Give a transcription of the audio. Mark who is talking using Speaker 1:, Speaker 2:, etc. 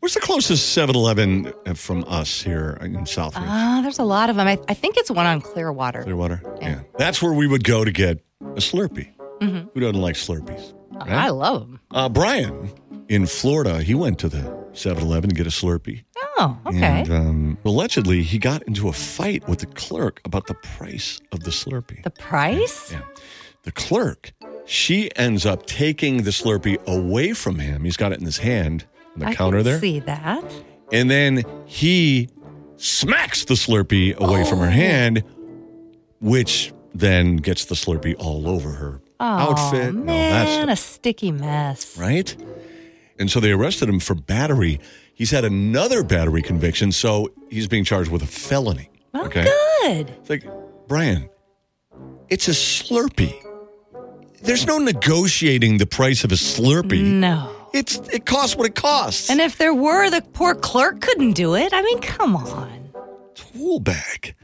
Speaker 1: Where's the closest 7 Eleven from us here in Southridge?
Speaker 2: Ah, there's a lot of them. I, I think it's one on Clearwater.
Speaker 1: Clearwater? Yeah. That's where we would go to get a Slurpee.
Speaker 2: Mm-hmm.
Speaker 1: Who doesn't like Slurpees?
Speaker 2: I love them.
Speaker 1: Uh, Brian in Florida, he went to the 7 Eleven to get a Slurpee.
Speaker 2: Oh, okay.
Speaker 1: And um, allegedly, he got into a fight with the clerk about the price of the Slurpee.
Speaker 2: the price?
Speaker 1: Yeah. The clerk, she ends up taking the Slurpee away from him. He's got it in his hand on the
Speaker 2: I
Speaker 1: counter
Speaker 2: can
Speaker 1: there.
Speaker 2: See that?
Speaker 1: And then he smacks the Slurpee away from her
Speaker 2: Oh.
Speaker 1: hand, which then gets the Slurpee all over her outfit.
Speaker 2: Oh,
Speaker 1: and all that
Speaker 2: man,
Speaker 1: stuff
Speaker 2: a sticky mess.
Speaker 1: right? And so they arrested him for battery. He's had another battery conviction, so he's being charged with a felony.
Speaker 2: Well,
Speaker 1: okay.
Speaker 2: Oh, good.
Speaker 1: It's like, Brian, it's a Slurpee. There's no negotiating the price of a Slurpee.
Speaker 2: No.
Speaker 1: It's it costs what it costs.
Speaker 2: Mm. And if there were, the poor clerk couldn't do it. I mean, come on.
Speaker 1: tool bag.